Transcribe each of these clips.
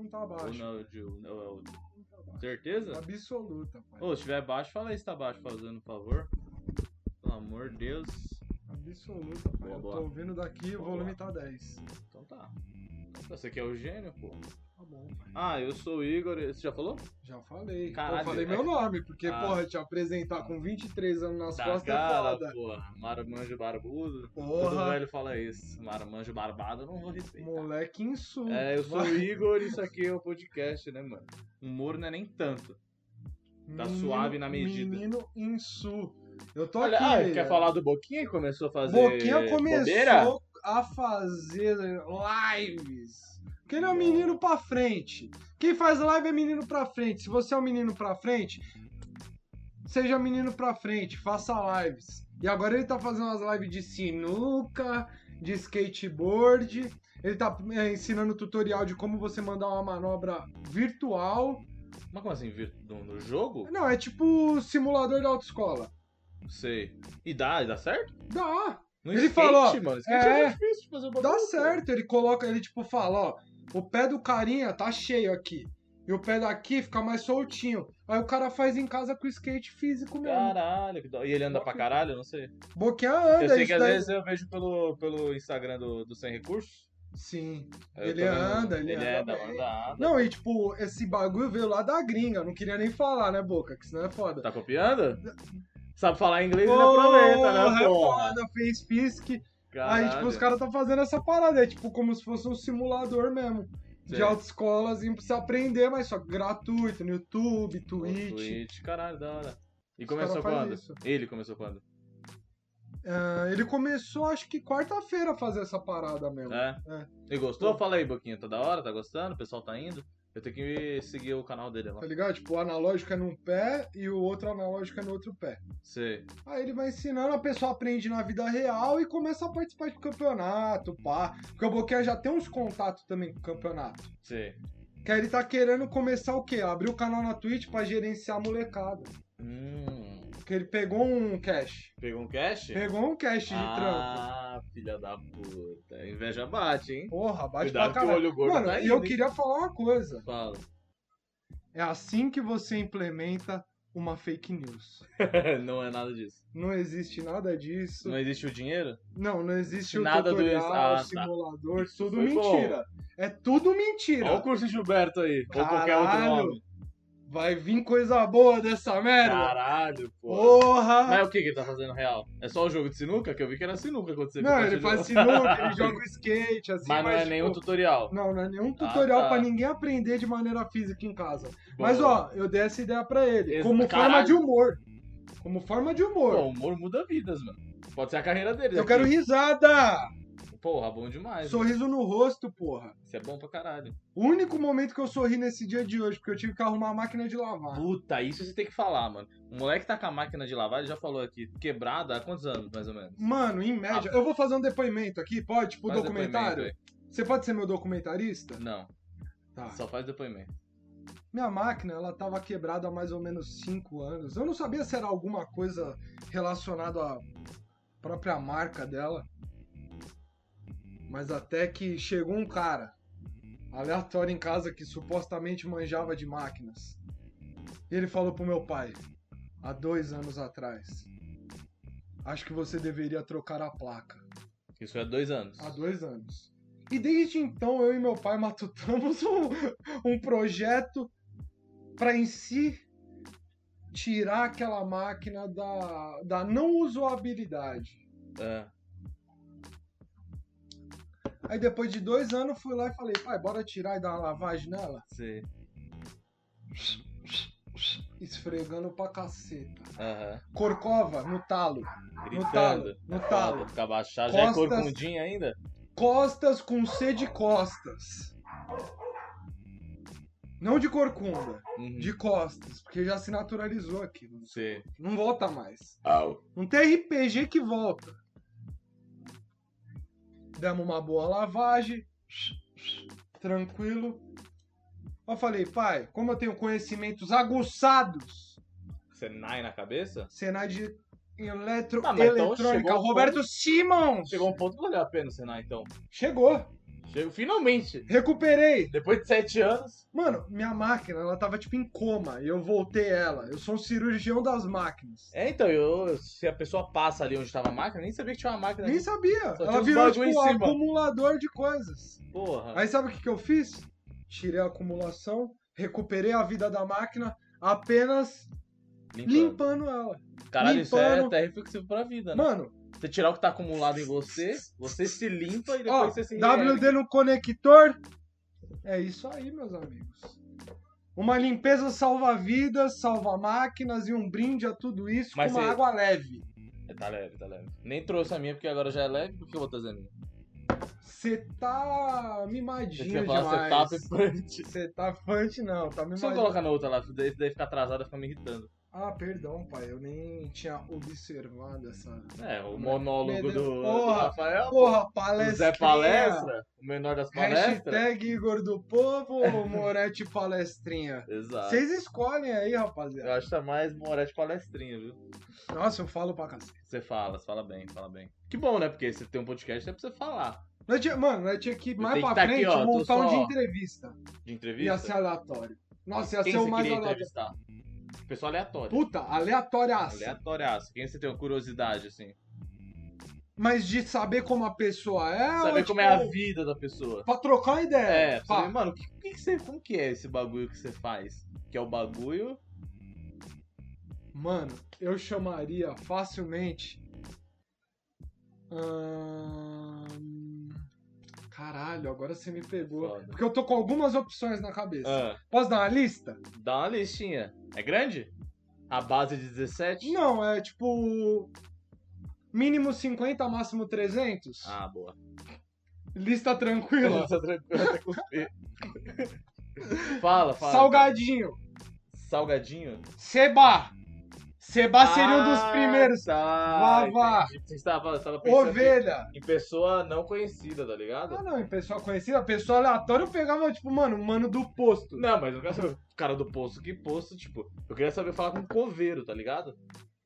não tá baixo. Ou não, de- um, né, ou- ou- Não tá com baixo. certeza? Absoluta, pai. Ô, se tiver baixo, fala aí se tá baixo, fazendo um favor. Pelo amor de Deus. Absoluta, pai. Boa, Eu boa. tô ouvindo daqui, o Boa, volume tá 10. Então tá. Você que é o gênio, pô. Tá bom. Ah, eu sou o Igor. Você já falou? Já falei. Caralho, eu falei é- meu nome, porque, Ah. porra, te apresentar com 23 anos nas Da costas é cara, foda. porra. Maramanjo barbudo. Todo Porra, velho fala isso. Maramanjo barbado, eu não vou respeitar. moleque insulto. É, eu sou o Vai. Igor, isso aqui é o podcast, né, mano? Humor não é nem tanto. tá suave na medida. Menino insu. Eu tô Olha, aqui. ah, quer falar do Boquinha que começou a fazer Boquinha começou bobeira? a fazer lives. Porque ele é um Bom. menino pra frente. Quem faz live é menino pra frente. Se você é um menino pra frente, seja menino pra frente, faça lives. E agora ele tá fazendo umas lives de sinuca, de skateboard. Ele tá é, ensinando tutorial de como você mandar uma manobra virtual. Mas como assim, vir- no, no jogo? Não, é tipo simulador da autoescola. Não sei. E dá, e dá certo? Dá, No Ele skate, falou, mano. Skate é, é, muito difícil de fazer o bagulho, Dá pô. certo, ele coloca, ele tipo fala, ó, o pé do carinha tá cheio aqui. E o pé daqui fica mais soltinho. Aí o cara faz em casa com skate físico mesmo. Caralho, que da- e ele anda pra caralho, eu não sei. Boquinha eu anda, sei que isso às daí. vezes eu vejo pelo, pelo Instagram do, do Sem Recursos. Sim. Eu Ele também- anda, ele anda. anda Ele bem. anda, anda. Não, e tipo, esse bagulho veio lá da gringa. eu Não queria nem falar, né, Boca? Que senão é foda. Tá copiando? Sabe falar inglês e Porra, não aproveita, né, é porra? foda, fez pisque. Caralho. Aí, tipo, os caras tá fazendo essa parada. É tipo como se fosse um simulador mesmo. Sei. De autoescolas, pra você aprender, mas só que gratuito, no YouTube, Pô, Twitch. Twitch, caralho, da hora. E Os começou cara faz quando? isso. Ele começou quando? Ah, ele começou, acho que quarta-feira, a fazer essa parada mesmo. É? E gostou? Fala aí, Boquinha. Tá da hora? Tá gostando? O pessoal tá indo? Eu tenho que seguir o canal dele lá. Tá ligado? Tipo, o analógico é num pé e o outro analógico é no outro pé. Sei. Aí ele vai ensinando, a pessoa aprende na vida real e começa a participar de campeonato, pá. Porque o Boquinha já tem uns contatos também com o campeonato. Sei. Que aí ele tá querendo começar o quê? Abrir o canal na Twitch pra gerenciar a molecada. Hum. Porque ele pegou um cash. Pegou um cash? Pegou um cash de trampo. Ah, filha da puta. A Inveja bate, hein? Porra, bate Cuidado que pra o caralho. olho gordo Mano, tá e eu indo, hein? queria falar uma coisa. Fala. É assim que você implementa uma fake news. não é nada disso. Não existe nada disso. Não existe o dinheiro? Não, não existe o Nada do tutorial, isso. Ah, tá. o simulador, Isso tudo foi mentira. É tudo mentira. Olha o curso de Gilberto aí. Ou qualquer outro Caralho. nome. Vai vir coisa boa dessa merda. Caralho, pô. Porra! Mas o que que ele tá fazendo real? É só o jogo de sinuca? Que eu vi que era sinuca quando você não, viu ele que faz eu- sinuca, ele joga o skate, assim. Mas não é tipo, nenhum tutorial. Não, não é nenhum tutorial tá. pra ninguém aprender de maneira física em casa. Mas, ó, eu dei essa ideia pra ele. Ex- como forma Caralho. de humor. Como forma de humor. Pô, o humor muda vidas, mano. Pode ser a carreira dele. eu quero risada! Porra, bom demais. mano. Sorriso no rosto, porra. Isso é bom pra caralho. O único momento que eu sorri nesse dia de hoje, porque eu tive que arrumar a máquina de lavar. Puta, isso você tem que falar, mano. O moleque tá com a máquina de lavar, ele já falou aqui, quebrada há quantos anos, mais ou menos? Mano, em média. Eu vou fazer um depoimento aqui, pode? Tipo, Ah. Faz documentário? depoimento Você pode ser meu documentarista? aí. Não, Tá. só faz depoimento. Minha máquina, ela tava quebrada há mais ou menos 5 anos. Eu não sabia se era alguma coisa relacionada à própria marca dela. Mas até que chegou um cara aleatório em casa que supostamente manjava de máquinas. E ele falou pro meu pai, há dois anos atrás. Acho que você deveria trocar a placa. Isso é dois anos. Há dois anos. E desde então eu e meu pai matutamos um, um projeto para em si tirar aquela máquina da, da não usabilidade. É. Aí depois de dois anos eu fui lá e falei, pai, bora tirar e dar uma lavagem nela? Sim. Esfregando pra caceta. Aham. Corcova no talo. Gritando. talo, no É foda, talo. Ficar baixado. Já é Costas- corcundinha ainda? Costas com C de costas. Não de corcunda, Uhum. de costas, porque já se naturalizou aquilo. Sim. Não volta mais. Um Au. Não tem RPG que volta. Demos uma boa lavagem. Tranquilo. Eu falei, pai, como eu tenho conhecimentos aguçados, Você nai na cabeça? Senai de eletro, Ah, mas então eletrônica, chegou um Roberto Simons. Chegou um ponto que valeu a pena o Senai, então. Chegou. Deu- Finalmente! Recuperei. Depois de sete anos. Mano, minha máquina, ela tava tipo em coma. E eu voltei ela. Eu sou um cirurgião das máquinas. É, então, eu, se a pessoa passa ali onde tava a máquina, nem sabia que tinha uma máquina. Nem ali. sabia. Só tinha ela uns virou tipo bagulho um em cima. acumulador de coisas. Porra. Aí sabe o que, que eu fiz? Tirei a acumulação, recuperei a vida da máquina, apenas Limpa. limpando ela. Caralho, isso é limpando. até reflexivo pra vida, né? Mano, Você tirar o que tá acumulado em você, você se limpa e depois ó, você se WD no conector. É isso aí, meus amigos. Uma limpeza salva vidas, salva máquinas e um brinde a tudo isso Mas com uma você- água leve. É, tá leve, tá leve. Nem trouxe a minha porque agora já é leve, porque eu vou trazer a minha. Você tá Você mimadinho quer falar tá demais. setup e punch. Você tá fante, não, tá Você não mimadinho. coloca na outra lá, daí daí fica atrasado, fica me irritando. Ah, perdão, pai, eu nem tinha observado essa. É, o monólogo Meu Deus. do, do Porra. Rafael. Porra, O palestra. Tá Zé Palestra, o menor das palestras. Hashtag Igor do Povo, Moretti Palestrinha. Exato. Vocês escolhem aí, Eu rapaziada. acho que tá mais Moretti palestrinha, viu? Nossa, eu falo pra cacete. Você fala, você fala bem, fala bem. Que bom, né? Porque você tem um podcast, é pra você falar. Nós tinha, mano, nós tinha que ir mais tenho pra que tá aqui, frente ó, tô montar um só- de entrevista. De Ia entrevista. ser aleatório. Nossa, ia Quem ser o você mais queria aleatório. entrevistar? Pessoa aleatória. Puta, é assim. aleatória. Aleatoriaço. Quem você tem uma curiosidade, assim? Mas de saber como a pessoa é. ou, Saber tipo, como é a vida da pessoa. Pra trocar uma É, ideia. pra pá. saber, mano, o que, o que que você, como que é esse bagulho que você faz? Que é o bagulho... Mano, eu chamaria facilmente. Ahn, Caralho, agora você me pegou. Foda. Porque eu tô com algumas opções na cabeça. Ah, Posso dar uma lista? dá uma listinha. É grande? A base de 17? Não, é tipo. Mínimo 50, máximo 300. Ah, boa. Lista tranquila. Tá tranquilo, até cuspir. fala, fala. tá. Salgadinho. Salgadinho? Seba. Seba seria um dos Ah, primeiros. Tá, Vavá. entendi. Você estava, você estava pensando Ovelha. em pessoa não conhecida, tá ligado? Ah, não, em pessoa conhecida, pessoa aleatória, eu pegava, tipo, mano, o mano do posto. Não, mas eu quero saber o cara do poço, que poço, tipo, eu queria saber falar com o coveiro, tá ligado?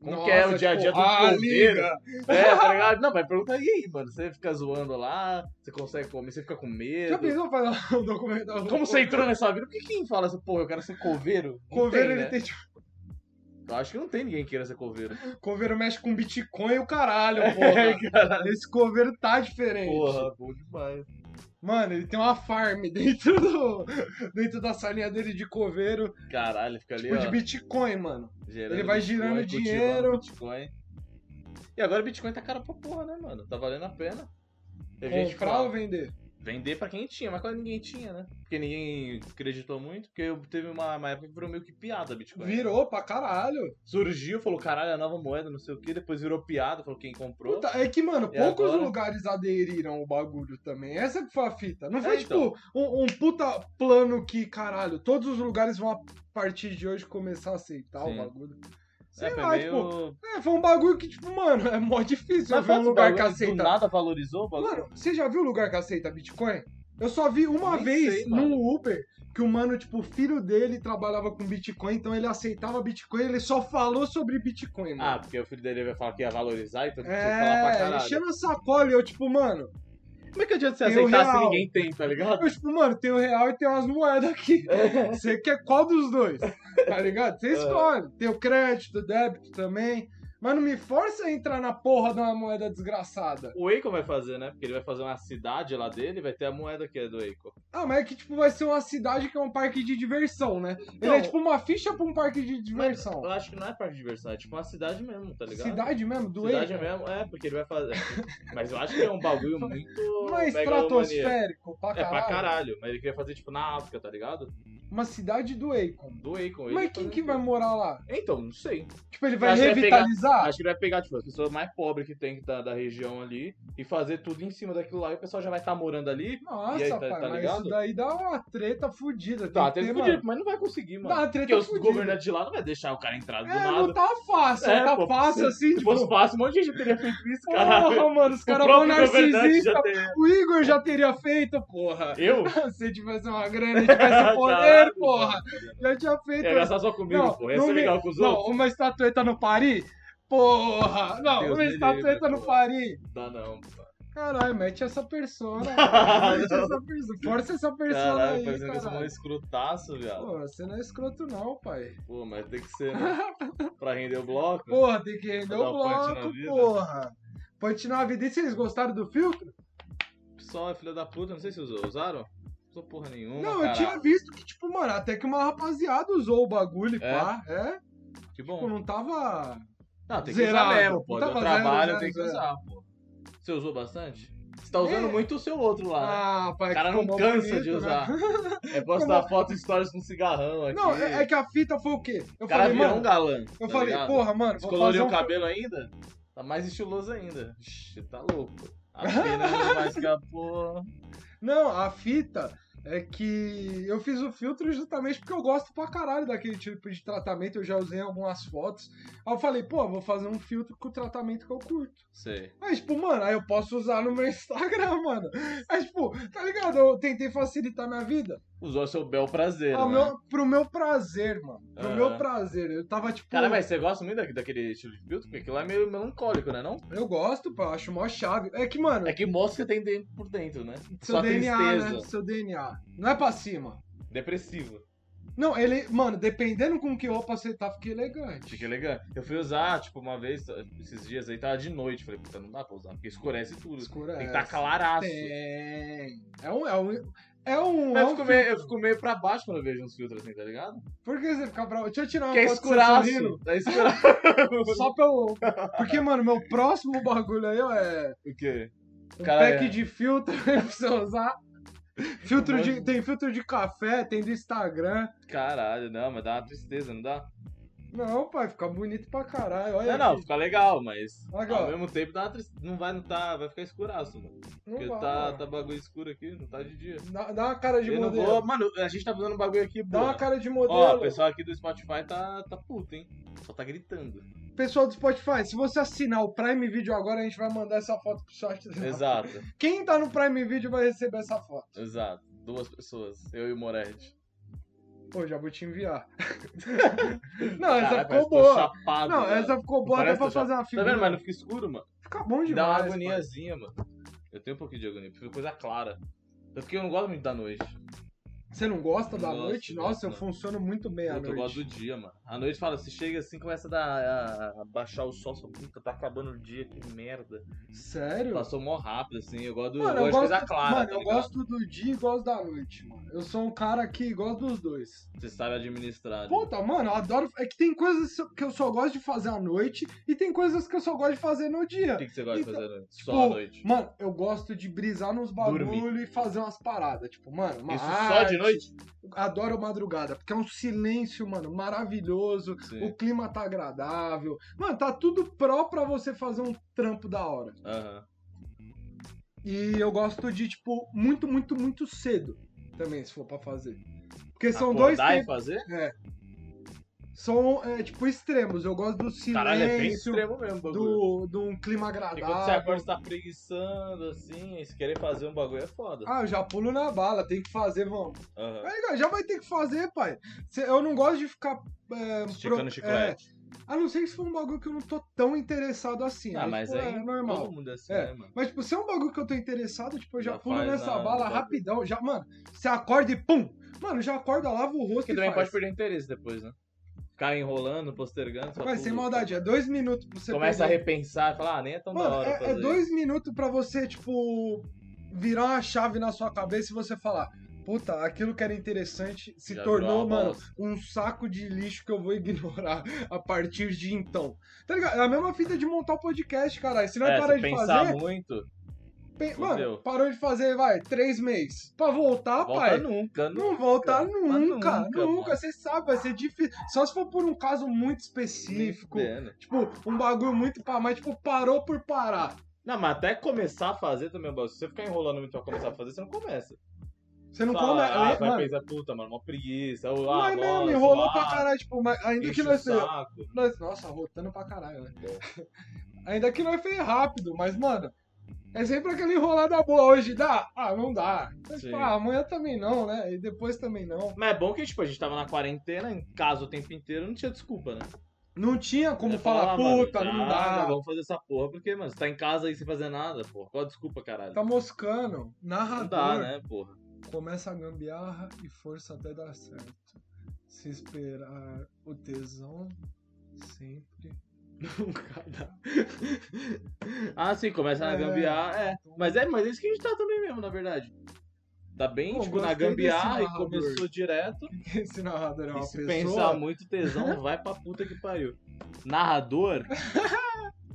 Como que é o dia a dia do ah, coveiro? liga. É, tá ligado? Não, mas pergunta e aí, mano. Você fica zoando lá, você consegue comer, você fica com Já medo. pensou fazer um documentário? Como você entrou nessa vida? Por que quem fala assim, porra, eu quero ser coveiro? Não Coveiro, tem, ele né? tem, tipo, Eu acho que não tem ninguém que queira ser coveiro. coveiro mexe com Bitcoin e o caralho, É, porra. cara. Esse coveiro tá diferente. Porra, bom demais. Mano, ele tem uma farm dentro do. dentro da salinha dele de coveiro, Caralho, fica ali, tipo de ó. Bitcoin, mano. gerando Ele vai Bitcoin, girando cultivando dinheiro. Bitcoin. E agora o Bitcoin tá caro pra porra, né, mano? Tá valendo a pena. É Teve gente que Comprar fala, ou vender? vender pra quem tinha, mas quase ninguém tinha, né? Porque ninguém acreditou muito, porque eu- teve uma, uma época que virou meio que piada Bitcoin. Virou pra caralho. Surgiu, falou, caralho, é a nova moeda, não sei o que, depois virou piada, falou quem comprou. Puta, é que, mano, E poucos agora? lugares aderiram ao bagulho também. Essa que foi a fita. Não É, foi, tipo, então. um, um puta plano que, caralho, todos os lugares vão a partir de hoje começar a aceitar Sim. o bagulho. é, Sei foi lá, tipo, meio... É, foi um bagulho que, tipo, mano, é mó difícil eu ver um foda-se, lugar o que bagulho do aceita. nada valorizou o bagulho. Mano, você já viu o lugar que aceita Bitcoin? Eu só vi uma Nem vez sei, mano. num Uber que o mano, tipo, o filho dele trabalhava com Bitcoin, então ele aceitava Bitcoin, ele só falou sobre Bitcoin, Ah, mano. porque o filho dele vai falar que ia valorizar, então tem que falar pra é, caralho. enchendo a sacola e eu, tipo, mano, Como é que adianta você Tem o aceitar se real. ninguém tem, tá ligado? eu, tipo, mano, tem o real e tem umas moedas aqui. Você quer qual dos dois? Tá ligado? Você É. escolhe. Tem o crédito, o débito também. Mas não me força a entrar na porra de uma moeda desgraçada. O Eiko vai fazer, né? Porque ele vai fazer uma cidade lá dele e vai ter a moeda que é do Eiko. Ah, mas é que tipo, vai ser uma cidade que é um parque de diversão, né? Ele Então- é tipo uma ficha pra um parque de diversão. Eu acho que não é parque de diversão, é tipo uma cidade mesmo, tá ligado? cidade mesmo? Do Cidade Eica? mesmo, é, porque ele vai fazer. Mas eu acho que é um bagulho muito. Não é megalomaníaco. estratosférico pra É caralho. pra caralho, mas ele queria fazer tipo na África, tá ligado? Uma cidade do Eikon. Do Akon. ele Mas tá quem fazendo que vai Ah, isso. morar lá? Então, não sei. Tipo, ele vai Acho que vai pegar- revitalizar? Acho que ele vai pegar, tipo, as pessoas mais pobres que tem da, da região ali e fazer tudo em cima daquilo lá e o pessoal já vai estar morando ali. Nossa, E aí, tá- pai, tá mas ligado? isso daí dá uma treta fodida. tem Tá, que até ter, fudido, mano. mas não vai conseguir, mano. Dá uma treta Porque os fudida. governantes de lá não vai deixar o cara entrar do É, nada. não tá fácil, É, não tá pô, fácil assim, Se tipo... fosse fácil, um monte de gente teria feito isso, caralho. Porra, mano, os caras O vão próprio governante narcisista. já tem- O Igor já teria feito, porra. Eu? Se tivesse uma grana e tivesse poder, Caralho, porra. mano. Já tinha feito. Ia gastar só comigo, Então, Não, pô. Ia não ser me- legal com os Não, outros. uma estatueta no Paris? Porra! Não, Deus uma me estatueta livre, no porra. Paris. Não dá não. pô. Caralho, mete essa persona. mete essa persona. Força essa persona Caralho, é, aí, fazendo isso mó caralho. um escrotaço, viado. Pô, você não é escroto não, pai. Pô, mas tem que ser, né? Pra render o bloco. Porra, tem que render Pra o dar um punch na bloco, vida. porra. Pode tirar a vida. E vocês gostaram do filtro? Pessoal é filha da puta, não sei se usou. Usaram? Não usou porra nenhuma. não, eu caralho. tinha visto que, tipo, mano, até que uma rapaziada usou o bagulho, e É? pá. É? Que Tipo, bom. não tava... Não, tem que zerado. usar mesmo, pô. Tá Deu zero, trabalho, zero, tem que zero. usar, pô. Você usou bastante? Você tá usando É. muito o seu outro lá. né? Ah, pai, O cara ficou não mó cansa bonito, de né? usar. É postar foto e stories com cigarrão aqui. Não, é, é que a fita foi o quê? Eu O cara falei, virou mano... um galã. Eu tá falei, ligado? porra, mano, vou fazer Descoloriu um... o cabelo ainda? Tá mais estiloso ainda. Ixi, tá louco. A pena não mais que a porra. Não, a fita é que eu fiz o filtro justamente porque eu gosto pra caralho daquele tipo de tratamento. Eu já usei em algumas fotos. Aí eu falei, pô, vou fazer um filtro com o tratamento que eu curto. Sei. Aí, tipo, mano, aí eu posso usar no meu Instagram, mano. Aí, tipo, tá ligado? Eu tentei facilitar minha vida Usou seu bel prazer, ao né? Ah, meu, pro meu prazer, mano. Pro Aham. meu prazer. Eu tava, tipo, Cara, mas você gosta muito daqui- daquele estilo de filtro? Porque aquilo lá é meio melancólico, né? Não? eu gosto, pô, eu acho mó chave. É que, mano, É que mostra que tem dentro por dentro, né? seu Só DNA, tristeza. Uhum. né? Seu DNA. Não é pra cima. Depressivo. Não, ele, mano, dependendo com que roupa você tá, fica elegante. Fica elegante. Eu fui usar, tipo, uma vez, esses dias aí, tava de noite. Falei, puta, não dá pra usar, porque escurece tudo. Escura Tem que é tá essa. claraço. Tem. É um. É um. É um, é Eu um fico, meio, eu fico meio pra baixo quando eu vejo uns filtros assim, tá ligado? Por que você fica bravo? Deixa eu tirar uma Que é foto com você sorrindo, escuraço. Tá escuraço. um Só pra eu. Porque, mano, meu próximo bagulho aí, ó, é. O quê? Um Cara, pack é. de filtro pra você usar. Filtro de, Mano. tem filtro de café, tem do Instagram. Caralho, não, mas dá uma tristeza, não dá? Não, pai, fica bonito pra caralho. Olha Não, não, aqui. fica legal, mas Legal. ao mesmo tempo dá uma tristeza. Não vai, não tá, vai ficar escuraço, mano. Não Porque vai, tá, mano. tá bagulho escuro aqui, não tá de dia. Dá, dá uma cara de Eu não modelo. vou. Mano, a gente tá fazendo um bagulho aqui, Dá uma boa. cara de Ó, modelo. o pessoal aqui do Spotify tá, tá puto, hein? Só tá gritando. Pessoal do Spotify, se você assinar o Prime Video agora, a gente vai mandar essa foto pro short. Exato, Quem tá no Prime Video vai receber essa foto. exato. Duas pessoas, eu e o Moretti. Pô, já vou te enviar. não, essa Caralho, parece ficou que eu tô boa. Chapado, Não, velho. essa ficou boa até Parece pra que eu fazer uma Tá figura. vendo, mas não fica escuro, mano. Fica bom Me demais. dá uma pai. agoniazinha, mano. Eu tenho um pouquinho de agonia, prefiro coisa clara. Tanto que eu não gosto muito da noite. Você não gosta da Não gosto, noite? não Nossa, eu gosto. funciono muito bem É, à Puta, eu gosto noite. do dia, mano. A noite fala, você chega assim, começa a, dar, a- a baixar o sol, sua puta, tá acabando o dia, que merda. Sério? Passou mó rápido, assim, eu gosto, do, Mano, eu gosto de coisa do- clara. mano, tá eu ligado? gosto do dia e gosto da noite, mano. Eu sou um cara que gosta dos dois. Você sabe administrar. né? Puta, mano, eu adoro. É que tem coisas que eu só gosto de fazer à noite e tem coisas que eu só gosto de fazer no dia. O que, que você gosta de Então, fazer à noite? Tipo, só à noite. Mano, eu gosto de brisar nos bagulho Dormir. e fazer umas paradas. Tipo, mano, uma Isso só arte. de noite? Adoro madrugada, porque é um silêncio, mano, maravilhoso. Sim. O clima tá agradável. Mano, tá tudo pró pra você fazer um trampo da hora. Aham. E eu gosto de, tipo, muito, muito, muito cedo também, se for pra fazer. Porque são dois Acordar e tempos. fazer? São, é, tipo, extremos. Eu gosto do silêncio, Caralho, é bem extremo mesmo o do, bagulho. de um clima Porque quando você acorda, agradável. você tá preguiçando, assim, e se querer fazer um bagulho é foda. Ah, é eu já pulo na bala, tem que fazer, vamos. Aham. Aí, cara, já vai ter que fazer, pai. Cê- Eu não gosto de ficar. É, Esticando pro- chiclete. é, a não ser que se for um bagulho que eu não tô tão interessado assim. Ah, né? mas Tipo, aí é normal. todo mundo é assim, É. né, mano? Mas, tipo, se é um bagulho que eu tô interessado, tipo, eu já, Já pulo faz nessa na- no bala bagulho. rapidão. Já, mano, você acorda e pum! Mano, já acorda, lava o rosto Porque e também faz. pode perder interesse depois, né? Ficar enrolando, postergando. Mas só tudo. tá? sem maldade, é dois minutos pra você Começa a perder. repensar e falar, ah, nem é tão da Mano, hora. é, é fazer dois minutos pra você, tipo, virar uma chave na sua cabeça e você falar. Puta, aquilo que era interessante se Já virou tornou, uma mano, bosta. um saco de lixo que eu vou ignorar a partir de então. Tá ligado? É a mesma fita de montar o podcast, caralho. Se não É, parar se de pensar fazer, muito, pe- fudeu. mano, parou de fazer, vai, três meses. Pra voltar, volta pai, nunca. nu- não voltar nunca. nunca, Mas nunca. nunca, mano. Você sabe, vai ser difícil. Só se for por um caso muito nem específico. fudendo. Tipo, um bagulho muito pá, mas tipo, parou por parar. Não, mas até começar a fazer também, é um bagulho. se você ficar enrolando muito pra começar a fazer, você não começa. Você não Fala, come. ah, é, vai mano, pensar, puta, mano, uma preguiça. Ou, ah, mas mesmo, bora, enrolou suar, pra caralho, tipo, mas ainda enche que o nós, saco. nós- Nossa, rotando pra caralho, né? Ainda que nós fez rápido, mas, mano, é sempre aquela enrolada boa. Hoje dá? Ah, não dá. Mas, Sim. tipo, ah, amanhã também não, né? E depois também não. Mas é bom que, tipo, a gente tava na quarentena, em casa o tempo inteiro, não tinha desculpa, né? Não tinha como Eu falar, falava, "Ah, mano, puta, não já, dá. Vamos fazer essa porra, porque, mano, você tá em casa aí sem fazer nada, porra. Qual a desculpa, caralho? Tá moscando. Narrador não dá, né, porra? começa a gambiarra e força até dar certo. Se esperar o tesão, sempre. Nunca dá. ah, sim, começa na É. gambiarra, é. Mas é, mas é isso que a gente tá também mesmo, na verdade. Tá bem, Pô, tipo, na gostei desse gambiarra e narrador. começou direto. Esse narrador é E uma se pensar pessoa. muito tesão, vai pra puta que pariu. Narrador?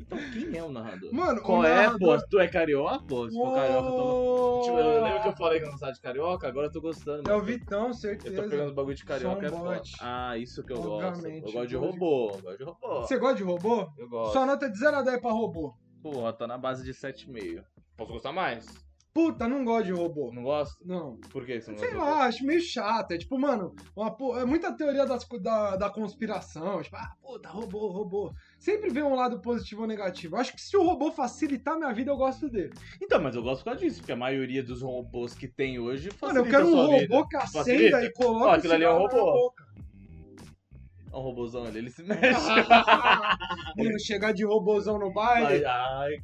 então quem é o narrador? Mano, Qual o é, narrador... pô? Tu é carioca, pô? Se for carioca, eu tô Uou! Tipo, eu lembro que eu falei que eu não gostava de carioca, agora eu tô gostando. É o mano. Vitão, Eu tô certeza. pegando bagulho de carioca, é Sou um foda. bot. Ah, isso que eu gosto. Eu Obviamente, gosto de gosto de- robô, eu gosto de robô. Você gosta de robô? Eu gosto. Sua nota é de 0 a 10 pra robô. Porra, tá na base de 7,5. Posso gostar mais? Puta, não gosto de robô. Não gosto? Não. Por que você não Sei gosta de robô? lá, acho meio chato. É tipo, mano, uma po- é muita teoria das co- da, da conspiração. Tipo, ah, puta, robô, robô. Sempre vê um lado positivo ou negativo. Acho que se o robô facilitar minha vida, eu gosto dele. Então, mas eu gosto por causa disso, porque a maioria dos robôs que tem hoje Mano, facilita eu quero um a sua robô vida. que Facilita? acenda e coloca. Ó, o aquilo ali é um cigarro na robô. boca. Ó, o É um robôzão ali, ele se mexe. Mano, chegar de robôzão no baile. ai,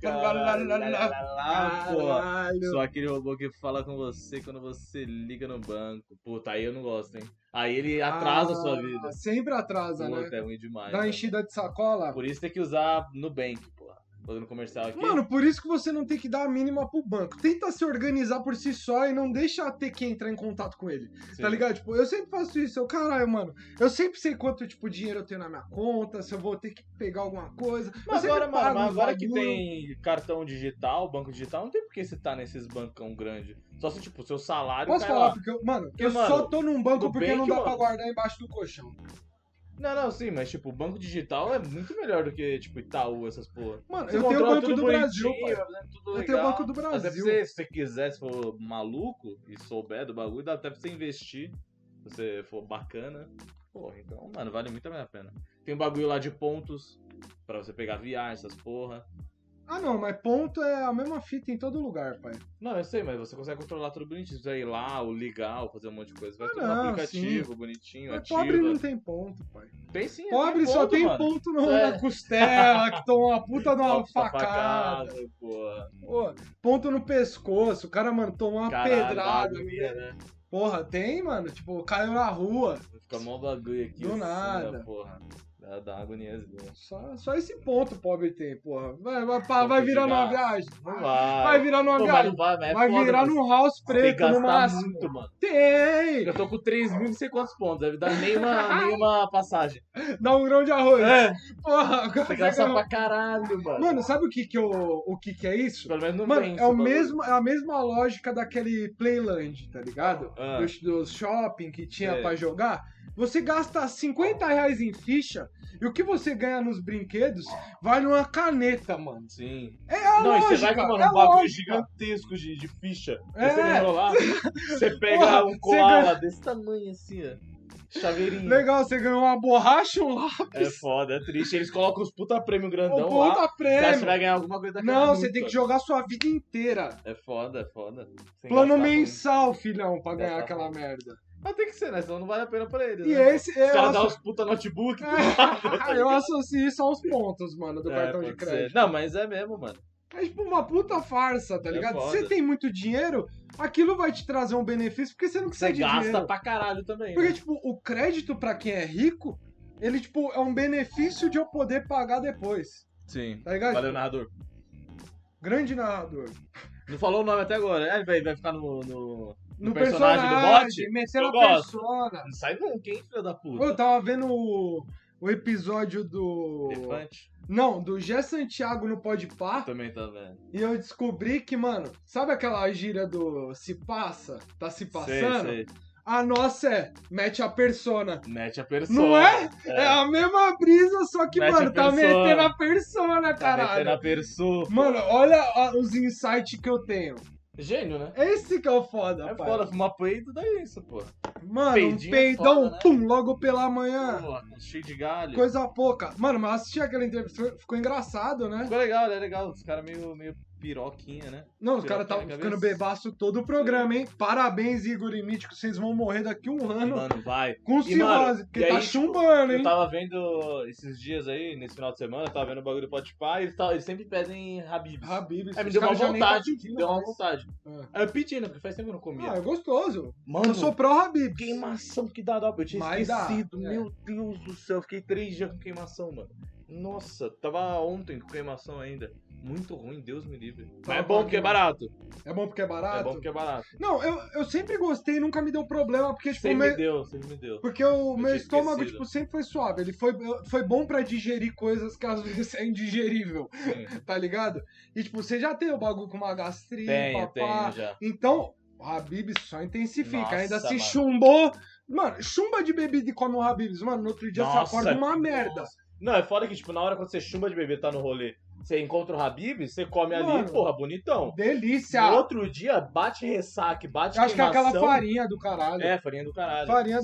Lá, lá, cara. lá, lá, lá. Porra. Caralho. Só aquele robô que fala com você quando você liga no banco. Puta, aí eu não gosto, hein? Aí ele atrasa a sua vida. Ah, Sempre atrasa, né? Puta, é ruim demais. Dá uma mano. enchida de sacola. Por isso tem que usar Nubank, porra. Fazendo comercial aqui. Mano, por isso que você não tem que dar a mínima pro banco. Tenta se organizar por si só e não deixa ter que entrar em contato com ele. Sim. Tá ligado? Tipo, eu sempre faço isso. Eu, caralho, mano. Eu sempre sei quanto, tipo, dinheiro eu tenho na minha conta, se eu vou ter que pegar alguma coisa. Eu Mas sempre agora, mano, pago mas uns agora que um bagulho. tem cartão digital, banco digital, não tem por que você tá nesses bancão grande. Só se, tipo, seu salário Posso cai falar? lá. Porque, eu- mano, Porque, eu mano, só tô num banco porque Nubank, não dá pra mano. guardar embaixo do colchão. Não, não, sim, mas, tipo, banco digital é muito melhor do que, tipo, Itaú, essas porra. Mano, Você eu tenho o controla Banco tudo do Brasil, pai. bonitinho, né, tudo Eu tenho o legal. Banco do Até pra Brasil. você, se você quiser, se for maluco e souber do bagulho, dá até pra você investir. Se você for bacana. Porra, então, mano, vale muito a minha pena. Tem um bagulho lá de pontos pra você pegar viagem, essas porra. Ah, não, mas ponto é a mesma fita em todo lugar, pai. Não, eu sei, mas você consegue controlar tudo bonitinho. Você vai ir lá, ou ligar, ou fazer um monte de coisa. Vai Ah, ter um não, aplicativo bonitinho, Mas ativa. pobre não tem ponto, pai. Tem sim, Pobre só ponto, tem mano. ponto no, É. na costela, que toma uma puta numa Ponto pra facada. facada, porra. Pô, ponto no pescoço, o cara, mano, toma uma Caralho, pedrada. agonia, né? Porra, tem, mano? Tipo, caiu na rua. Fica mó bagulho aqui. Do assim, né, nada. porra. Dá, dá uma agoniazinha. Só, só esse ponto o pobre tem, porra. Vai, vai, pá, vai virar numa viagem. Não Vai, vai. virar numa Pô, mas viagem. não vai, mas é Vai foda, virar mano. num house Tem que preto no gastar máximo. muito, mano. Tem! Eu tô com 3 mil não sei quantos pontos, deve dar nenhuma, nenhuma passagem. Dá um grão de arroz. É, Porra, agora tem que você gastar ganhou. pra caralho, mano. Mano, sabe o que que, eu, o que, que é isso? Pelo menos não Mano, vence é, o bagulho. mesmo, é a mesma lógica daquele Playland, tá ligado? Ah. É. Dos dos shopping que tinha Sei. pra jogar. Você gasta 50 reais em ficha e o que você ganha nos brinquedos vale uma caneta, mano. Sim. É a não, lógica, e você vai com mano, é um bagulho lógica. gigantesco de, de ficha. É. Você enrolar, você pega Porra, um você koala desse tamanho assim, ó. Chaveirinho. Legal, você ganhou uma borracha, um lápis, É foda, é triste. Eles colocam os puta prêmio grandão um ponta lá. Você acha que prêmio. vai ganhar alguma coisa daquela Não, nunca. você tem que jogar sua vida inteira. É foda, é foda. Sem Plano gastar muito. mensal, filhão, pra ganhar Gastar aquela merda. Mas tem que ser, né? Senão não vale a pena pra eles. E né? esse é. Os caras eu dão asso- os puta notebook. eu associo isso aos pontos, mano, É, do É, cartão de pode ser. crédito. Não, mas é mesmo, mano. É tipo uma puta farsa, tá É ligado? foda. Se você tem muito dinheiro, aquilo vai te trazer um benefício porque você não precisa Você de gasta dinheiro. pra caralho também. Porque, né? tipo, o crédito pra quem é rico, ele, tipo, é um benefício de eu poder pagar depois. Sim. Tá ligado? Valeu, narrador. Grande narrador. Não falou o nome até agora. É, vai, vai ficar no, no- No, personagem do bote? Metendo Eu a gosto. persona. Não sai nunca, hein, filho da Pô, Eu puta. tava vendo o, o episódio do. Elefante. Não, do Gé Santiago no Podpah. Também tá vendo. E eu descobri que, mano, sabe aquela gíria do se passa? Tá se passando? Sei, sei. A nossa é mete a persona. Mete a pessoa. Não é? É. É, a mesma brisa, só que, Mete a mano, tá persona. metendo a persona, tá metendo caralho. a pessoa. Mano, olha a- os insights que eu tenho. Gênio, né? Esse que é o foda, É pai. foda, fumar peido dá é isso, pô. Mano, Peidinho um é peidão, foda, né? pum, logo pela manhã. Pô, cheio de galho. Coisa pouca. Mano, mas assisti aquela entrevista, ficou engraçado, né? Ficou legal, é legal. Os caras meio, meio piroquinha, né? Não, os Piroquinha caras estavam na ficando cabeça. bebaço todo o programa, hein? Parabéns, Igor e Mítico, vocês vão morrer daqui um ano Mano, vai. com e, mano, cirrose, porque e aí, tá tipo, chumbando, Eu hein? tava vendo esses dias aí, nesse final de semana, eu tava vendo o bagulho do Potipá e eles, tavam- eles sempre pedem Habibs. Rabib, Aí É, me esses deu uma caras já nem vontade, tá pedindo Deu uma mais. vontade. Ah. Aí eu pedi, né? Porque faz tempo que eu não Ah, comia. é gostoso. Mano, Eu sou pró-Rabib. queimação que dá dobra. Eu tinha Mas dá, esquecido. é. Meu Deus do céu, eu fiquei três dias com queimação, mano. Nossa, tava ontem com queimação ainda. Muito ruim, Deus me livre. Mas Tava é bom porque é barato. É bom porque é barato? É bom porque é barato. Não, eu, eu sempre gostei, nunca me deu problema, porque, tipo, Sempre meu- me deu, sempre me deu. Porque o Eu meu tinha estômago, é esquecido. tipo, sempre foi suave. Ele foi, foi bom pra digerir coisas que às vezes é indigerível, Sim. tá ligado? E, tipo, você já tem o bagulho com uma gastrite, Tenho, papá. tenho já. Então, o Habib só intensifica. Nossa, Ainda se mano. chumbou. Mano, chumba de bebida e come um Habibs. Mano, no outro dia você Nossa, acorda uma merda. Nossa. Não, é foda que, tipo, na hora quando você chumba de bebê, tá no rolê, você encontra o Habib, você come Mano. ali, porra, bonitão. Delícia. No outro dia, bate ressaca, bate Acho que é aquela queimação. farinha do caralho. É, farinha do caralho. Farinha do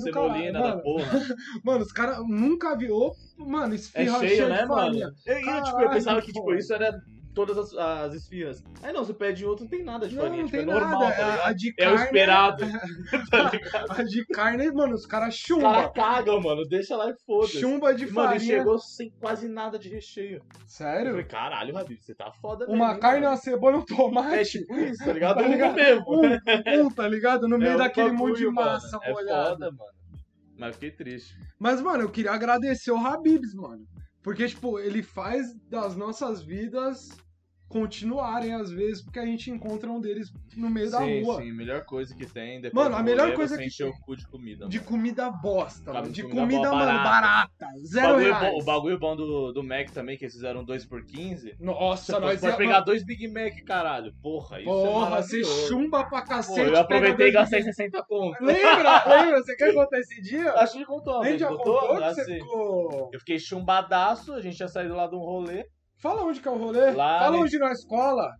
caralho, Cebolinha mano. da porra. Mano, os caras nunca viu. Mano, É esfirra cheia cheio, de né, mano? farinha. Eu, eu, tipo, Caralho, eu pensava que, tipo, pô. isso era todas as, as esfirras. Aí não, você pede outro, não tem nada de Não, farinha. não tipo, tem é normal, nada. tá ligado? a, a de É o carne. esperado. tá ligado? A de carne, mano, os caras Os chumba. caras cagam, mano. Deixa lá e foda-se. Chumba de Mano, ele farinha. chegou sem quase nada de recheio. Eu falei, Sério? caralho, Rabib, você tá foda mesmo. Uma hein, carne, mano?" uma cebola e um É tomate. tipo isso, tá ligado? Tá ligado? Um mesmo. Um, um, tá ligado? No meio É um daquele monte de bagulho, mano. massa É molhada. foda, mano. Mas fiquei triste. Mas, mano, eu queria agradecer o Habibs, mano. Porque, tipo, ele faz das nossas vidas continuarem, às vezes, porque a gente encontra um deles no meio da sim, rua. sim, melhor coisa que tem. Depois Mano, do a melhor rolê é coisa você que encher o cu de comida. De mano. comida bosta, mano. Sabe, De comida comida, boa, mano, barata. barata. o Zero bagulho, reais. bom, o bagulho bom do, do Mac também, que eles fizeram dois por 15. Você Nossa, pode, nós ia... pode pegar dois Big Mac, caralho. Porra, isso é Porra, você maravilhoso. chumba pra Pô, cacete. eu aproveitei e pega dois gastei 60 conto. Lembra? Lembra? Você quer contar esse dia? Acho que A contou, né? gente já Contou? contou que Ah, você sim. ficou. Eu fiquei chumbadaço, a gente tinha saído lá de um rolê. Fala onde que é o rolê. Lá Fala em- onde nós cola.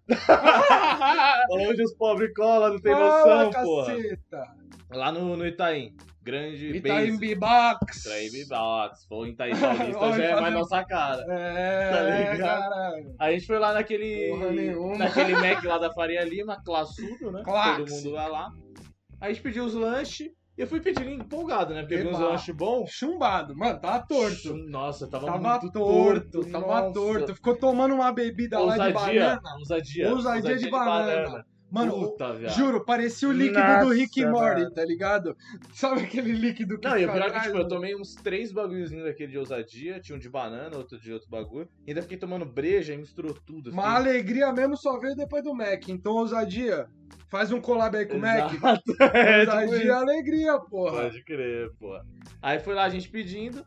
Falou onde os pobres colam, não tem Fala, noção, porra. caceta. Lá no, no Itaim. Grande Itaim base. B-Box. Itaim Box. Foi em Itaim Paulista, Olha, um- já é fazendo- mais nossa cara. É, Tá ligado? caralho. A gente foi lá naquele. Porra nenhuma. Naquele Mac lá da Faria Lima, classudo, né? Classe. Todo mundo vai lá. Aí a gente pediu os lanches. E eu fui pedindo empolgado, né? Porque eu vi uns Eba. lanches bons. Chumbado, mano, tava torto. Nossa, tava, Tava muito torto, torto. tava nossa. torto. Ficou tomando uma bebida lá de Ousadia, banana. ousadia. Ousadia de banana. Mano, o- Puta, viado. juro, parecia o líquido do Nossa, Rick e Morty, mano. tá ligado? Sabe aquele líquido que Não, e fica o pior é que, atrás, tipo, eu mano? tomei uns três bagulhozinhos daquele de ousadia. Tinha um de banana, outro de outro bagulho. E ainda fiquei tomando breja e misturou tudo. Mas a alegria mesmo só veio depois do Mac. Então, ousadia, faz um collab aí com o Mac. Exato. É, tipo Ousadia é isso. alegria, porra. Pode crer, pô. Aí foi lá a gente pedindo.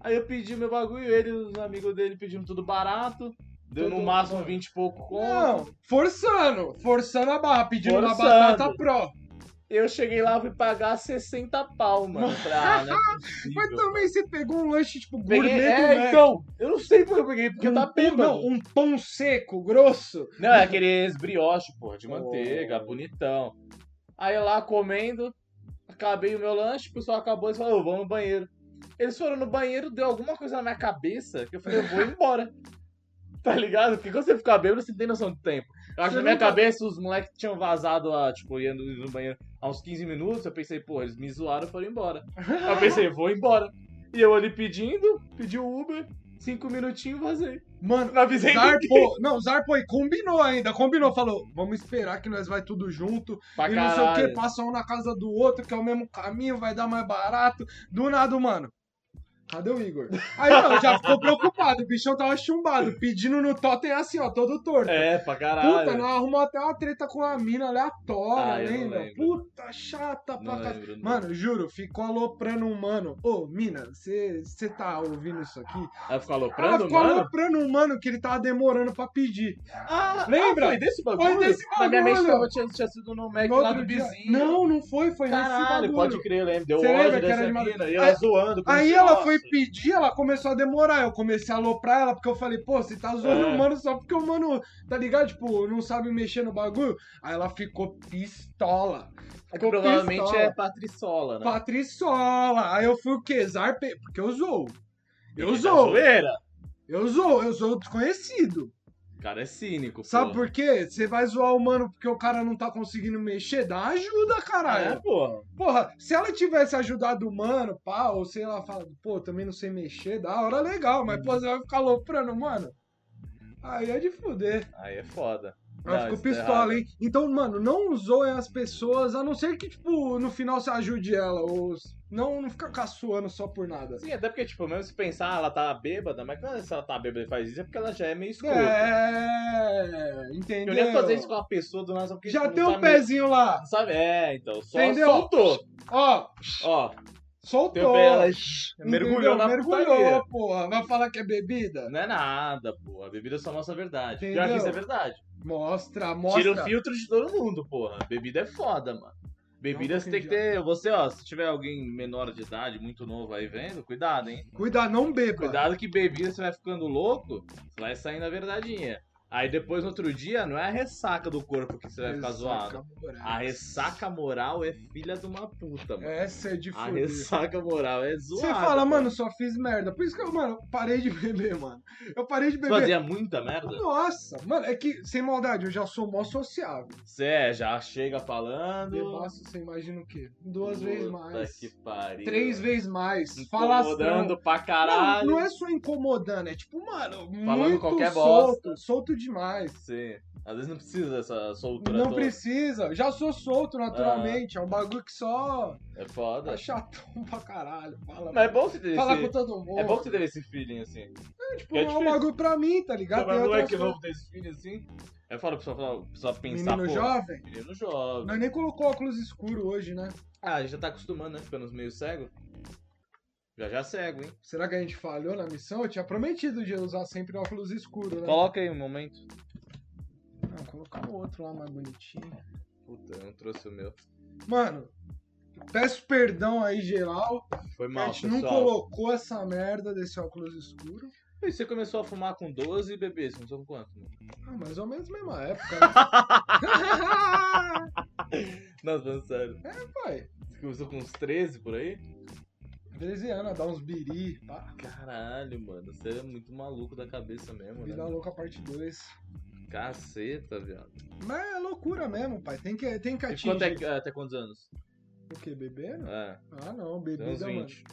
Aí eu pedi meu bagulho, ele e os amigos dele pedindo tudo barato. Deu Tudo no máximo bom. 20 e pouco conto. Não, forçando. Forçando a barra, pedindo uma Forçando. batata pro. Eu cheguei lá, fui pagar 60 pau, mano. Falei, ah, não é possível. Mas também você pegou um lanche, tipo, gourmet Peguei, do Mac. é, então, eu não sei por que eu peguei, porque um, eu tava pão, bêbado. não, Não, um pão seco, grosso. é aqueles brioche, porra, de manteiga, Oh. bonitão. Aí lá comendo, acabei o meu lanche, o pessoal acabou e falou, "Ô, vamos no banheiro. Eles foram no banheiro, deu alguma coisa na minha cabeça que eu falei, eu vou embora. Tá ligado? Porque quando você fica bêbado, você não tem noção do tempo. Eu acho que Você na minha nunca- cabeça os moleques tinham vazado lá, tipo, indo no banheiro há uns 15 minutos. Eu pensei, pô, eles me zoaram e foram embora. Aí eu pensei, vou embora. E eu ali pedindo, pedi o Uber, cinco minutinhos vazei. Mano, Não avisei ninguém. zarpou. Não, zarpou e combinou ainda. Combinou, falou, vamos esperar que nós vai tudo junto. Pra e não sei o que, caralho. passa um na casa do outro, que é o mesmo caminho, vai dar mais barato. Do nada, mano. Cadê o Igor? Aí não, já ficou preocupado, o bichão tava chumbado, pedindo no totem assim, ó, todo torto. É, pra caralho. Puta, não arrumou até uma treta com a mina aleatória, Ah, eu não lembra? lembro. Puta, chata pra Não cacete. lembro, não. Mano, juro, ficou aloprando um mano. Ô, mina, você tá ouvindo isso aqui? Ela ficou Ela aloprando, ficou mano? aloprando um mano que ele tava demorando pra pedir. Ah, Lembra? ah, foi desse bagulho? Foi desse Na minha mente bagulho. tava, tinha, tinha sido no Mac No lá outro do dia- É vizinho. Não, não foi, foi nesse Caralho, bagulho. pode crer, lembra? Deu Você lembra ódio que dessa era de mina. madrugada? E ela Aí- zoando. por Aí isso, ela nossa. foi pedir, ela começou a demorar. Eu comecei a aloprar ela, porque eu falei, pô, você tá zoando É. o mano só porque o mano, tá ligado? Tipo, não sabe mexer no bagulho. Aí ela ficou pistola. É que Ficou Provavelmente pistola. é Patriçola, né? Patriçola. Aí eu fui o quê? Zarpe... Porque eu zoo. Eu Ele tá zoo. zoeira. Eu zoo. Eu sou desconhecido. O cara é cínico, Sabe porra. por quê? Você vai zoar o mano porque o cara não tá conseguindo mexer? Dá ajuda, caralho. É, porra. Porra, se ela tivesse ajudado o mano, pá, ou sei lá, falado, pô, também não sei mexer, da hora legal, mas pô, você vai ficar loprando, mano. Aí é de fuder. Aí é foda. Ela ficou Não, isso tá pistola, errado. hein? Então, mano, não zoem as pessoas, a não ser que, tipo, no final você ajude ela, ou s- não, não fica caçoando só por nada. Sim, até porque, tipo, mesmo se pensar, ah, ela tá bêbada, mas quando ela tá bêbada e faz isso, é porque ela já é meio escrota. É, entendeu? Eu ia fazer isso com uma pessoa do nada, só porque Já tipo, tem não um sabe- pezinho lá. não Sabe? É, então, só Entendeu? soltou. Ó, Ó, tem soltou. o pé, ela Entendeu? mergulhou na putaria. Mergulhou, porra. Vai falar que é bebida? Não é nada, pô. A bebida é só mostra a verdade. Pior Entendeu? que isso é verdade. Mostra, mostra. Tira o filtro de todo mundo, porra. Bebida é foda, mano. Bebida Não, você tem que ter. Você, ó, se tiver alguém menor de idade, muito novo aí vendo, cuidado, hein? Cuidado, não beba. Cuidado que bebida você vai ficando louco, você vai saindo a verdadinha. Aí depois, no outro dia, não é a ressaca do corpo que você vai ficar zoado. A ressaca moral é filha de uma puta, mano. Essa é de a fuder. ressaca moral é zoada. Você fala, pô. mano, só fiz merda. Por isso que eu, mano, parei de beber, mano. Eu parei de Você beber. fazia muita merda? Nossa, mano, é que, sem maldade, eu já sou mó sociável. Você é, já chega falando. Bebaço, você imagina o quê? Duas Puta vezes mais. que pariu. Três vezes mais. Falação. Incomodando pra Não, caralho. não é só incomodando, é tipo, mano, Falando muito qualquer solto, solto demais. Sim. Às vezes não precisa dessa soltura é- Não toda. precisa, já sou solto naturalmente, é um bagulho que só É foda. tá chatão pra caralho. Fala, Mas é bom você ter fala esse... com todo mundo. É bom que você ter esse feeling, assim. É, tipo, é não é um difícil. bagulho pra mim, tá ligado? Mas não é outras que coisas. vamos ter esse filho assim. É foda pra pessoa, pessoa pensar, Menino pô, jovem, menino jovem. nós nem colocou óculos escuro hoje, né? Ah, a gente já tá acostumando, né? Ficando meio cego. Já já cego, hein? Será que a gente falhou na missão? Eu tinha prometido de usar sempre óculos escuro, né? Coloca aí um momento. Não, colocar o outro lá mais bonitinho. Puta, eu não trouxe o meu. Mano, peço perdão aí, geral. Foi mal, a gente não pessoal. colocou essa merda desse óculos escuro. E você começou a fumar com 12 e beber, você começou com quanto? mano? Ah, mais ou menos a mesma época. né? Não, falando sério. Pai, Você começou com uns 13 por aí? 13 anos, dá uns biri, pá. Caralho, mano. Você é muito maluco da cabeça mesmo, Vida né? louca parte 2. Caceta, viado. Mas é loucura mesmo, pai. Tem que, tem que E quanto é, atingir. que- até quantos anos? O que, bebendo? É, Ah, não, tem uns bebida, mano. 20.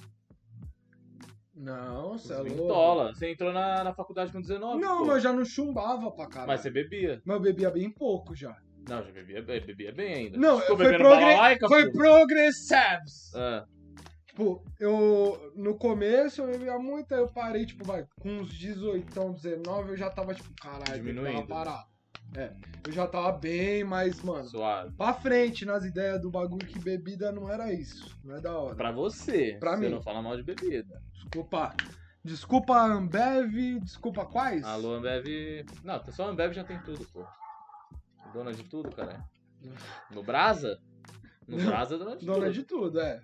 Não, você é Uns 20 louco. tola. Você entrou na, na faculdade com 19. Não, pô. mas eu já não chumbava pra caralho. Mas você bebia. Mas eu bebia bem pouco já. Não, já bebia, bem- bebia bem ainda. Não, Ficou foi, bebendo progre... balalaica, foi pô. progressivos. Ah, Tipo, eu. No começo eu bebia muito, aí eu parei, tipo, vai, com uns 18, 19, eu já tava, tipo, caralho, eu tava Diminuindo. parado. É. Eu já tava bem mais, mano. suave. Pra frente nas ideias do bagulho que bebida não era isso. Não é da hora. Pra você. Pra você mim. não fala mal de bebida. Desculpa. Desculpa a Ambev, desculpa quais? Alô, Ambev. Não, só a Ambev já tem tudo, pô. Dona de tudo, cara. No Brasa? No Brasa é dona de Dona tudo. de tudo, é.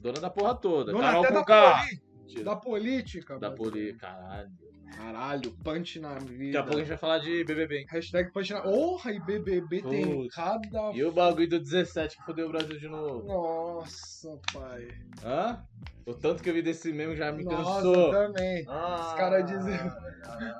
Dona da porra toda. Dona Carol até da, Conká. poli- Mentira. da política. Da mano. Poli. Caralho. Caralho, punch na Daqui a vida. pouco a gente vai falar de BBB. hein? Hashtag punch na. Porra, e BBB tem Putz. cada. E o bagulho do 17 que fodeu o Brasil de novo. Nossa, pai. Hã? O tanto que eu vi desse meme já Tá me Nossa, cansou. também. Ah. Os caras dizem.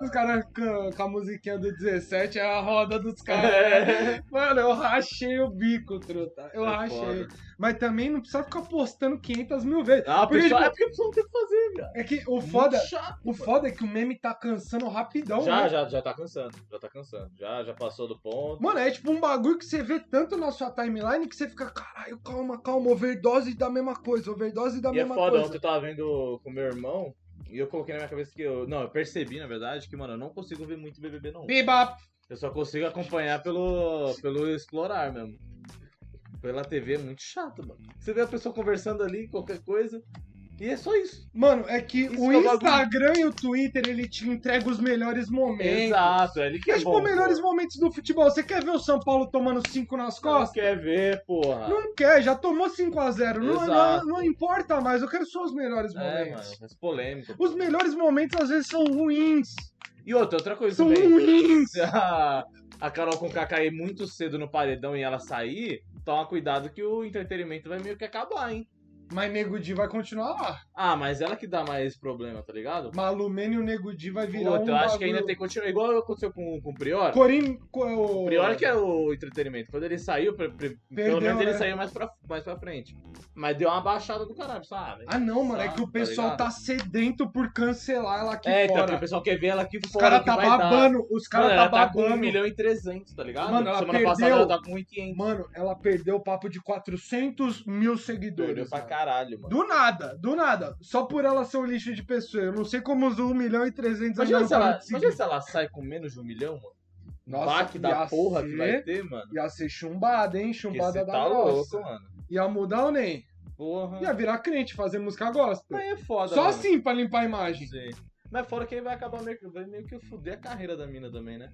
Os caras com, com a musiquinha do 17 é a roda dos caras. É. Mano, eu rachei o bico, truta. Eu É rachei. foda. Mas também não precisa ficar postando 500 mil vezes. Ah, Porque, pessoal, tipo, é porque a pessoa não tem o que fazer, velho. É que o foda, Muito chato. o foda é que o meme tá cansando rapidão. já, né? já, já tá cansando. Já tá cansando. Já, já passou do ponto. Mano, é tipo um bagulho que você vê tanto na sua timeline que você fica, caralho, calma, calma, overdose da mesma coisa, overdose da e é mesma foda, ontem coisa. eu tava vendo com meu irmão e eu coloquei na minha cabeça que eu. Não, eu percebi, na verdade, que, mano, eu não consigo ver muito BBB, não. Bebop! Eu só consigo acompanhar pelo, pelo explorar mesmo. Pela TV é muito chato, mano. Você vê a pessoa conversando ali, qualquer coisa. E é só isso. Mano, é que Isso o que é o bagulho. Instagram e o Twitter, ele te entrega os melhores momentos. Exato, é ali que É é tipo bom, os melhores momentos do futebol. Você quer ver o São Paulo tomando 5 nas porra. Não costas? quer ver, porra. Não é quer, já tomou 5x0. Não, não, Exato. não importa mais, eu quero só os melhores É, momentos. mano, é polêmico. os melhores momentos às vezes são ruins. E outra, outra coisa São também. ruins. se a, a Carol com cair muito cedo no paredão e ela sair, toma cuidado que o entretenimento vai meio que acabar, hein? Mas Nego Di vai continuar lá. Ah, mas ela que dá mais problema, tá ligado? Malumene e o Nego Di vai virar Outra, um eu acho que ainda bagulho- tem que continuar. Igual aconteceu com, com o Prior. Corin... Co... o- O Prior que é o entretenimento. Quando ele saiu, pre- pre- Perdeu, pelo menos ele né? saiu mais pra, mais pra frente. Mas deu uma baixada do caralho, sabe? Ah, não, mano. É Tá, que o tá pessoal ligado? tá, sedento por cancelar ela aqui é, então, porque fora. o pessoal quer ver ela aqui Os fora. caras que tá vai dar. babando. Os Mano, caras tá ela tá com 1 babando. milhão e 300, tá ligado? Mano, ela Semana perdeu. passada ela tá com 1 e 500. Mano, ela perdeu o papo de 400 mil Perdeu seguidores. pra mano. caralho, mano. Do nada, do nada. Só por ela ser um lixo de pessoa. Eu não sei como os 1 milhão e 300 Imagina andaram se, ela, falando de imagina seguir. se ela sai com menos de um milhão, mano. Nossa, Baque ia da porra que ser- vai ter, mano. Ia ser chumbada, hein? Porque Chumbada você da tá nossa. louco, mano. Ia mudar o NEM. Porra. Ia virar crente, fazer música gospel. Mas é foda, Só mano. assim pra limpar a imagem. Sim. Mas fora que aí vai acabar meio que, vai meio que fuder a carreira da mina também, né?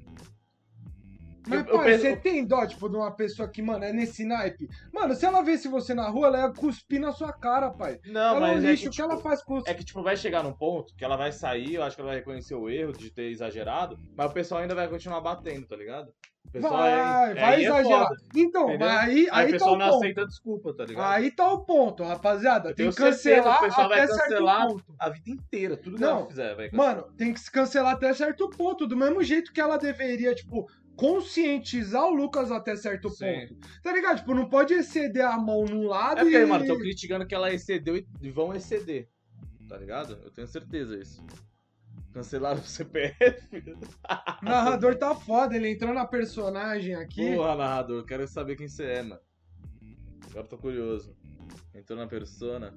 Mas, Eu- eu pô, penso- você tem dó, tipo, de uma pessoa que, mano, é nesse naipe? Mano, se ela visse você na rua, ela ia cuspir na sua cara, pai. Não, ela é um mas é lixo. que, o que ela tipo, faz com os... é que, tipo, vai chegar num ponto que ela vai sair, eu acho que ela vai reconhecer o erro de ter exagerado, mas o pessoal ainda vai continuar batendo, tá ligado? O pessoal Vai, é, vai aí é exagerar. foda. então, entendeu? mas aí, Aí, aí, o tá pessoal o não ponto. aceita desculpa, tá ligado? Aí tá o ponto, rapaziada. Eu Tem tenho que cancelar certeza que o pessoal vai até certo cancelar. ponto. A vida inteira, tudo que Não. ela fizer, vai cancelar. Mano, tem que se cancelar até certo ponto. Do mesmo jeito que ela deveria, tipo, conscientizar o Lucas até certo Sim. ponto. Tá ligado? Tipo, não pode exceder a mão num lado É porque, e... mano, tô criticando que ela excedeu e e vão exceder. Tá ligado? Eu tenho certeza disso. Cancelaram o CPF. O narrador tá foda, ele entrou na personagem aqui. Porra, narrador, eu quero saber quem você é, mano. Agora eu tô curioso. Entrou na persona.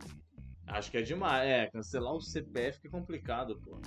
Acho que é demais. É, cancelar o CPF que é complicado, pô.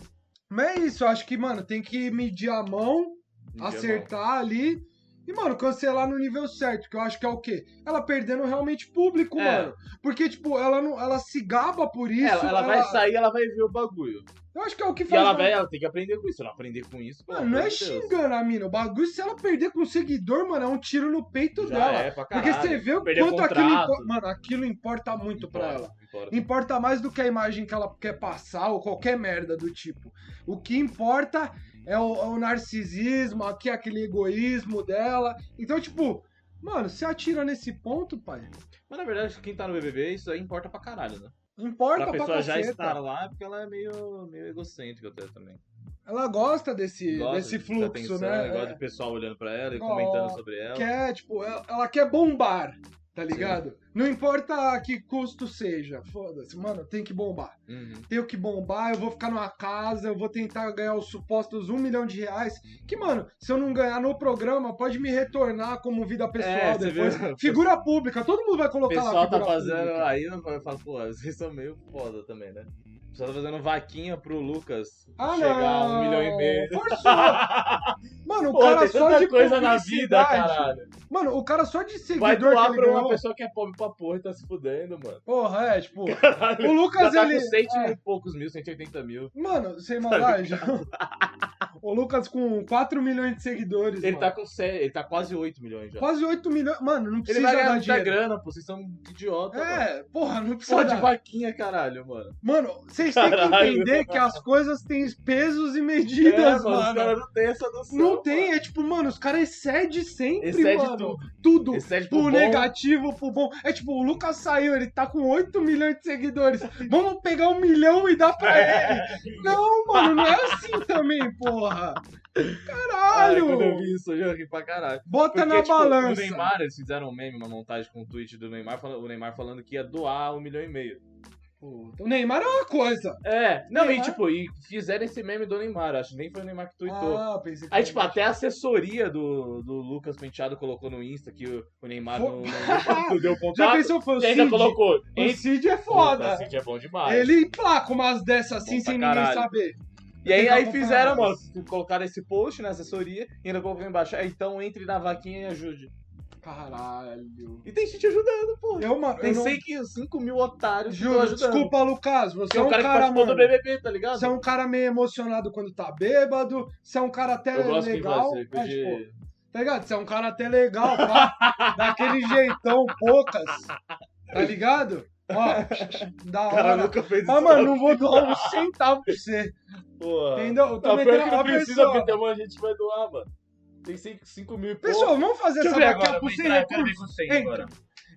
Mas é isso, eu acho que, mano, tem que medir a mão, Ninguém é acertar ali. E, mano, cancelar no nível certo, que eu acho que é o quê? Ela perdendo realmente público, É. mano. Porque, tipo, ela não. Ela se gaba por bom. isso. ela, ela vai sair, ela vai ver o bagulho. Eu acho que é o que E faz. ela ela- vai, ela tem que aprender com isso. Ela aprender com isso, pelo Mano, não amor é de Deus. xingando a mina. O bagulho, se ela perder com o seguidor, mano, é um tiro no peito Já dela. é pra Porque caralho. você vê o Perder quanto aquilo contrato. importa. Mano, aquilo importa muito pra ela. Importa, importa. Importa mais do que a imagem que ela quer passar ou qualquer merda do tipo. O que importa é o, é o narcisismo, aqui é aquele egoísmo dela. Então, tipo, mano, se atira nesse ponto, pai, Mas na verdade, quem tá no BBB, isso aí importa pra caralho, né? importa pra pra, pessoa já caceta. estar lá, porque ela é meio, meio egocêntrica até também. Ela gosta desse, Gosta desse de fluxo, atenção, né? Gosta É. de pessoal olhando pra ela e Gosta. comentando sobre ela. quer, tipo, ela, ela quer bombar, tá ligado? Não importa a que custo seja, foda-se, mano, tem que bombar. Uhum. Tenho que bombar, eu vou ficar numa casa, eu vou tentar ganhar os supostos um milhão de reais. Que, mano, se eu não ganhar no programa, pode me retornar como vida pessoal É, você depois. viu? Figura pública, todo mundo vai O colocar lá pessoal figura tá fazendo. pública. Aí eu falo, pô, vocês são meio foda também, né? O pessoal tá fazendo vaquinha pro Lucas Ah, chegar não. a um milhão e meio. Forçou. Mano, o Pô, cara tem só de tanta coisa na vida, publicidade- caralho. Mano, o cara só de Vai seguidor que doar ele pra uma ganhou. pessoa que é pobre pra porra e tá se fudendo, mano. Porra, é, tipo, Caralho. o Lucas, Já tá ele... com Tá cento é. e poucos mil, 180 mil. Mano, sem maldade. o Lucas com 4 milhões de seguidores. Ele mano. tá com sé- ele tá quase 8 milhões já. Quase 8 milhões. Mano, não Ele precisa vai ganhar tá dar muita dinheiro. grana, pô. Vocês são idiota, mano. É, porra, não precisa. Só de dar. vaquinha, caralho, mano. Mano, vocês têm que Caralho. entender que as coisas têm pesos e É, medidas, mano, Os mano. caras não têm essa noção. Não tem, é tipo, mano, os caras excedem sempre, Excede mano. Tudo. mano. Excede Pro pro bom. negativo, pro bom. É tipo, o Lucas saiu, ele tá com 8 milhões de seguidores. Vamos pegar um milhão e dar pra ele. Não, mano, não é assim também, porra. Ai, Caralho. Ah, é, quando eu vi isso, eu ri pra caralho. Bota Porque, na tipo, O balança. Neymar, eles fizeram um meme, uma montagem com um tweet do Neymar, fala- o Neymar falando que ia doar um milhão e meio. Puta, O Neymar é uma coisa. É, não, Neymar? e tipo, e fizeram esse meme do Neymar, acho que nem foi o Neymar que tweetou. Ah, pensei que Aí, era- tipo, até a assessoria do, do Lucas Penteado colocou no Insta que o, o Neymar Fo- não, não, não deu Já contato. pensou, foi o tipo, tá E ainda Cid? colocou. O "Ei, Cid é puta, foda. Cid é bom demais. Ele placa umas dessas assim Bom pra sem ninguém caralho. saber. E aí, Fica aí bom fizeram, pra mano, colocaram esse post na assessoria e ainda colocou embaixo. "É, Então entre na vaquinha e ajude. Caralho. E tem gente ajudando, pô. Eu, mano, Tem eu não... 5 mil otários que tão Juro, ajudando. desculpa, Lucas. Você Porque é é um o cara, cara, que participou mano. do BBB, tá ligado? Você é um cara meio emocionado quando tá bêbado. Você é um cara até Eu gosto legal. que você mas, de- tipo, tá ligado? Você é um cara até legal, pá. daquele jeitão, poucas. Tá ligado? Ó, da O cara hora. nunca fez isso. Mas, mano, não vou doar um centavo pra você. porra. Entendeu? Eu tô Não, pior metendo que não a precisa, pessoa. porque tem uma gente que vai doar, mano. Tem 5 mil e pouco. Pessoal, vamos fazer Deixa essa eu ver daqui agora, a eu vou pouco sem entrar, eu quero ver recursos. com cem Entra. agora.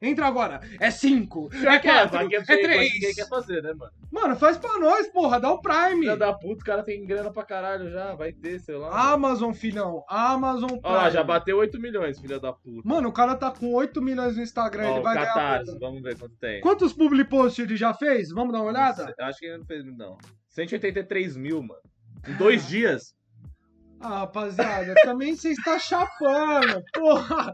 Entra agora. É 5, é Vai 4, que é feio, mas Ninguém 3. quer fazer, né, mano? Mano, faz pra nós, porra, dá o Prime. Filha da puta, o cara tem grana pra caralho já, vai ter, sei lá. mano. Amazon, filhão. Amazon Prime. Olha lá, já bateu 8 milhões, filha da puta. Mano, o cara tá com 8 milhões no Instagram, Ó, ele o vai ganhar. Catarse, puta. vamos ver quanto tem. Quantos public posts ele já fez? Vamos dar uma olhada? Acho que ele não fez muito, não. 183 mil, mano. Em dois dias. Ah, rapaziada, também você está chapando, porra.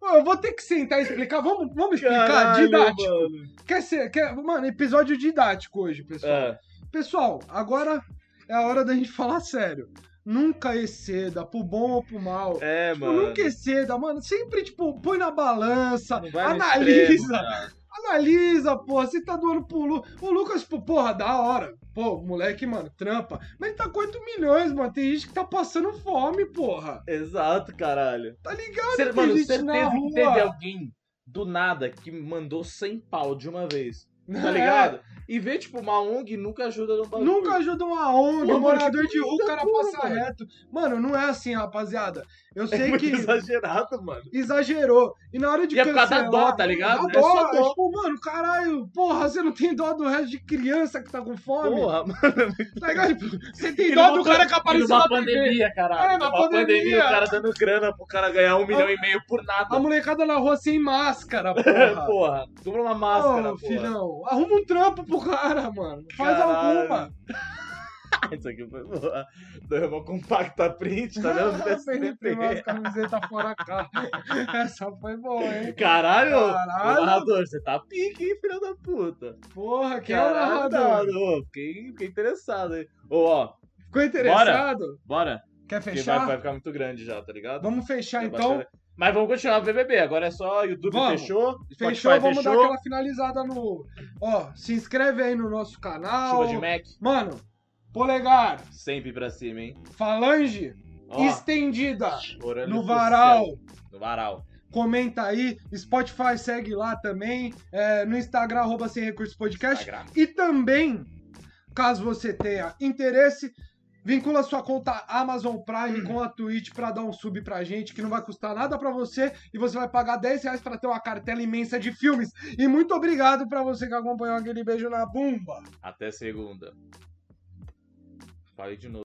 Pô, eu vou ter que sentar e explicar. Vamos, vamos explicar Caralho, didático. mano. Quer ser, quer, mano, episódio didático hoje, pessoal. Ah, Pessoal, agora é a hora da gente falar sério. Nunca exceda, pro bom ou pro mal. é, Tipo, mano. nunca exceda, mano. Sempre, tipo, põe na balança, Não vai no analisa. extremo, cara. Analisa, porra, você tá doando pro Lucas. O Lucas, tipo, porra, da hora. Pô, o moleque, mano, trampa. Mas ele tá com 8 milhões, mano. Tem gente que tá passando fome, porra. Exato, caralho. Tá ligado? Cê, Tem mano, gente na certeza que rua. teve alguém do nada que mandou 100 pau de uma vez. Tá É. ligado? E vê, tipo, uma ONG nunca ajuda no bagulho. Nunca ajuda uma ONG, Pô, mano, morador que de rua, o cara porra, passa mano. reto. Mano, não é assim, rapaziada. Eu É sei muito que exagerado, mano. exagerou. E na hora de E é por causa da dó, tá ligado? Dá É dó. só dó. Tipo, mano, caralho, porra, você não tem dó do resto de criança que tá com fome. Porra, mano. Tá ligado? Você tem E dó numa do pan- cara que apareceu numa na TV. pandemia, caralho. É, na Numa pandemia. o cara dando grana pro cara ganhar um milhão e meio por A nada. molecada na rua sem máscara, Porra, porra. compra uma Ô, máscara, porra. filhão, arruma um trampo pro cara, mano. Faz Caralho. alguma. Isso aqui foi boa. Deu uma compacta print, tá vendo? Sempre SBT. umas camisetas fora cá. Essa foi boa, hein? Caralho, Caralho. Ô, narrador, você tá pique, hein, filho da puta. Porra, que é o Caralho, tá narrador. ô, Fiquei, fiquei interessado, hein. Ô, ó, Ficou interessado? bora. Quer Porque fechar? vai, vai ficar muito grande já, tá ligado? Vamos fechar Já então. bastante. Mas vamos continuar o BBB. Agora é só YouTube Vamos. fechou, Spotify Fechou, vamos dar fechou, aquela finalizada no. Ó, se inscreve aí no nosso canal. chuva de Mac, Mano, polegar, sempre pra cima, hein. falange Ó, estendida orando no pro varal. céu. No varal. comenta aí. Spotify segue lá também. é, no Instagram, arroba Sem Recursos Podcast. Instagram. E também, caso você tenha interesse, vincula sua conta Amazon Prime com a Twitch pra dar um sub pra gente, que não vai custar nada pra você. E você vai pagar 10 reais pra ter uma cartela imensa de filmes. E muito obrigado pra você que acompanhou aquele beijo na bumba. Até segunda. Falei de novo.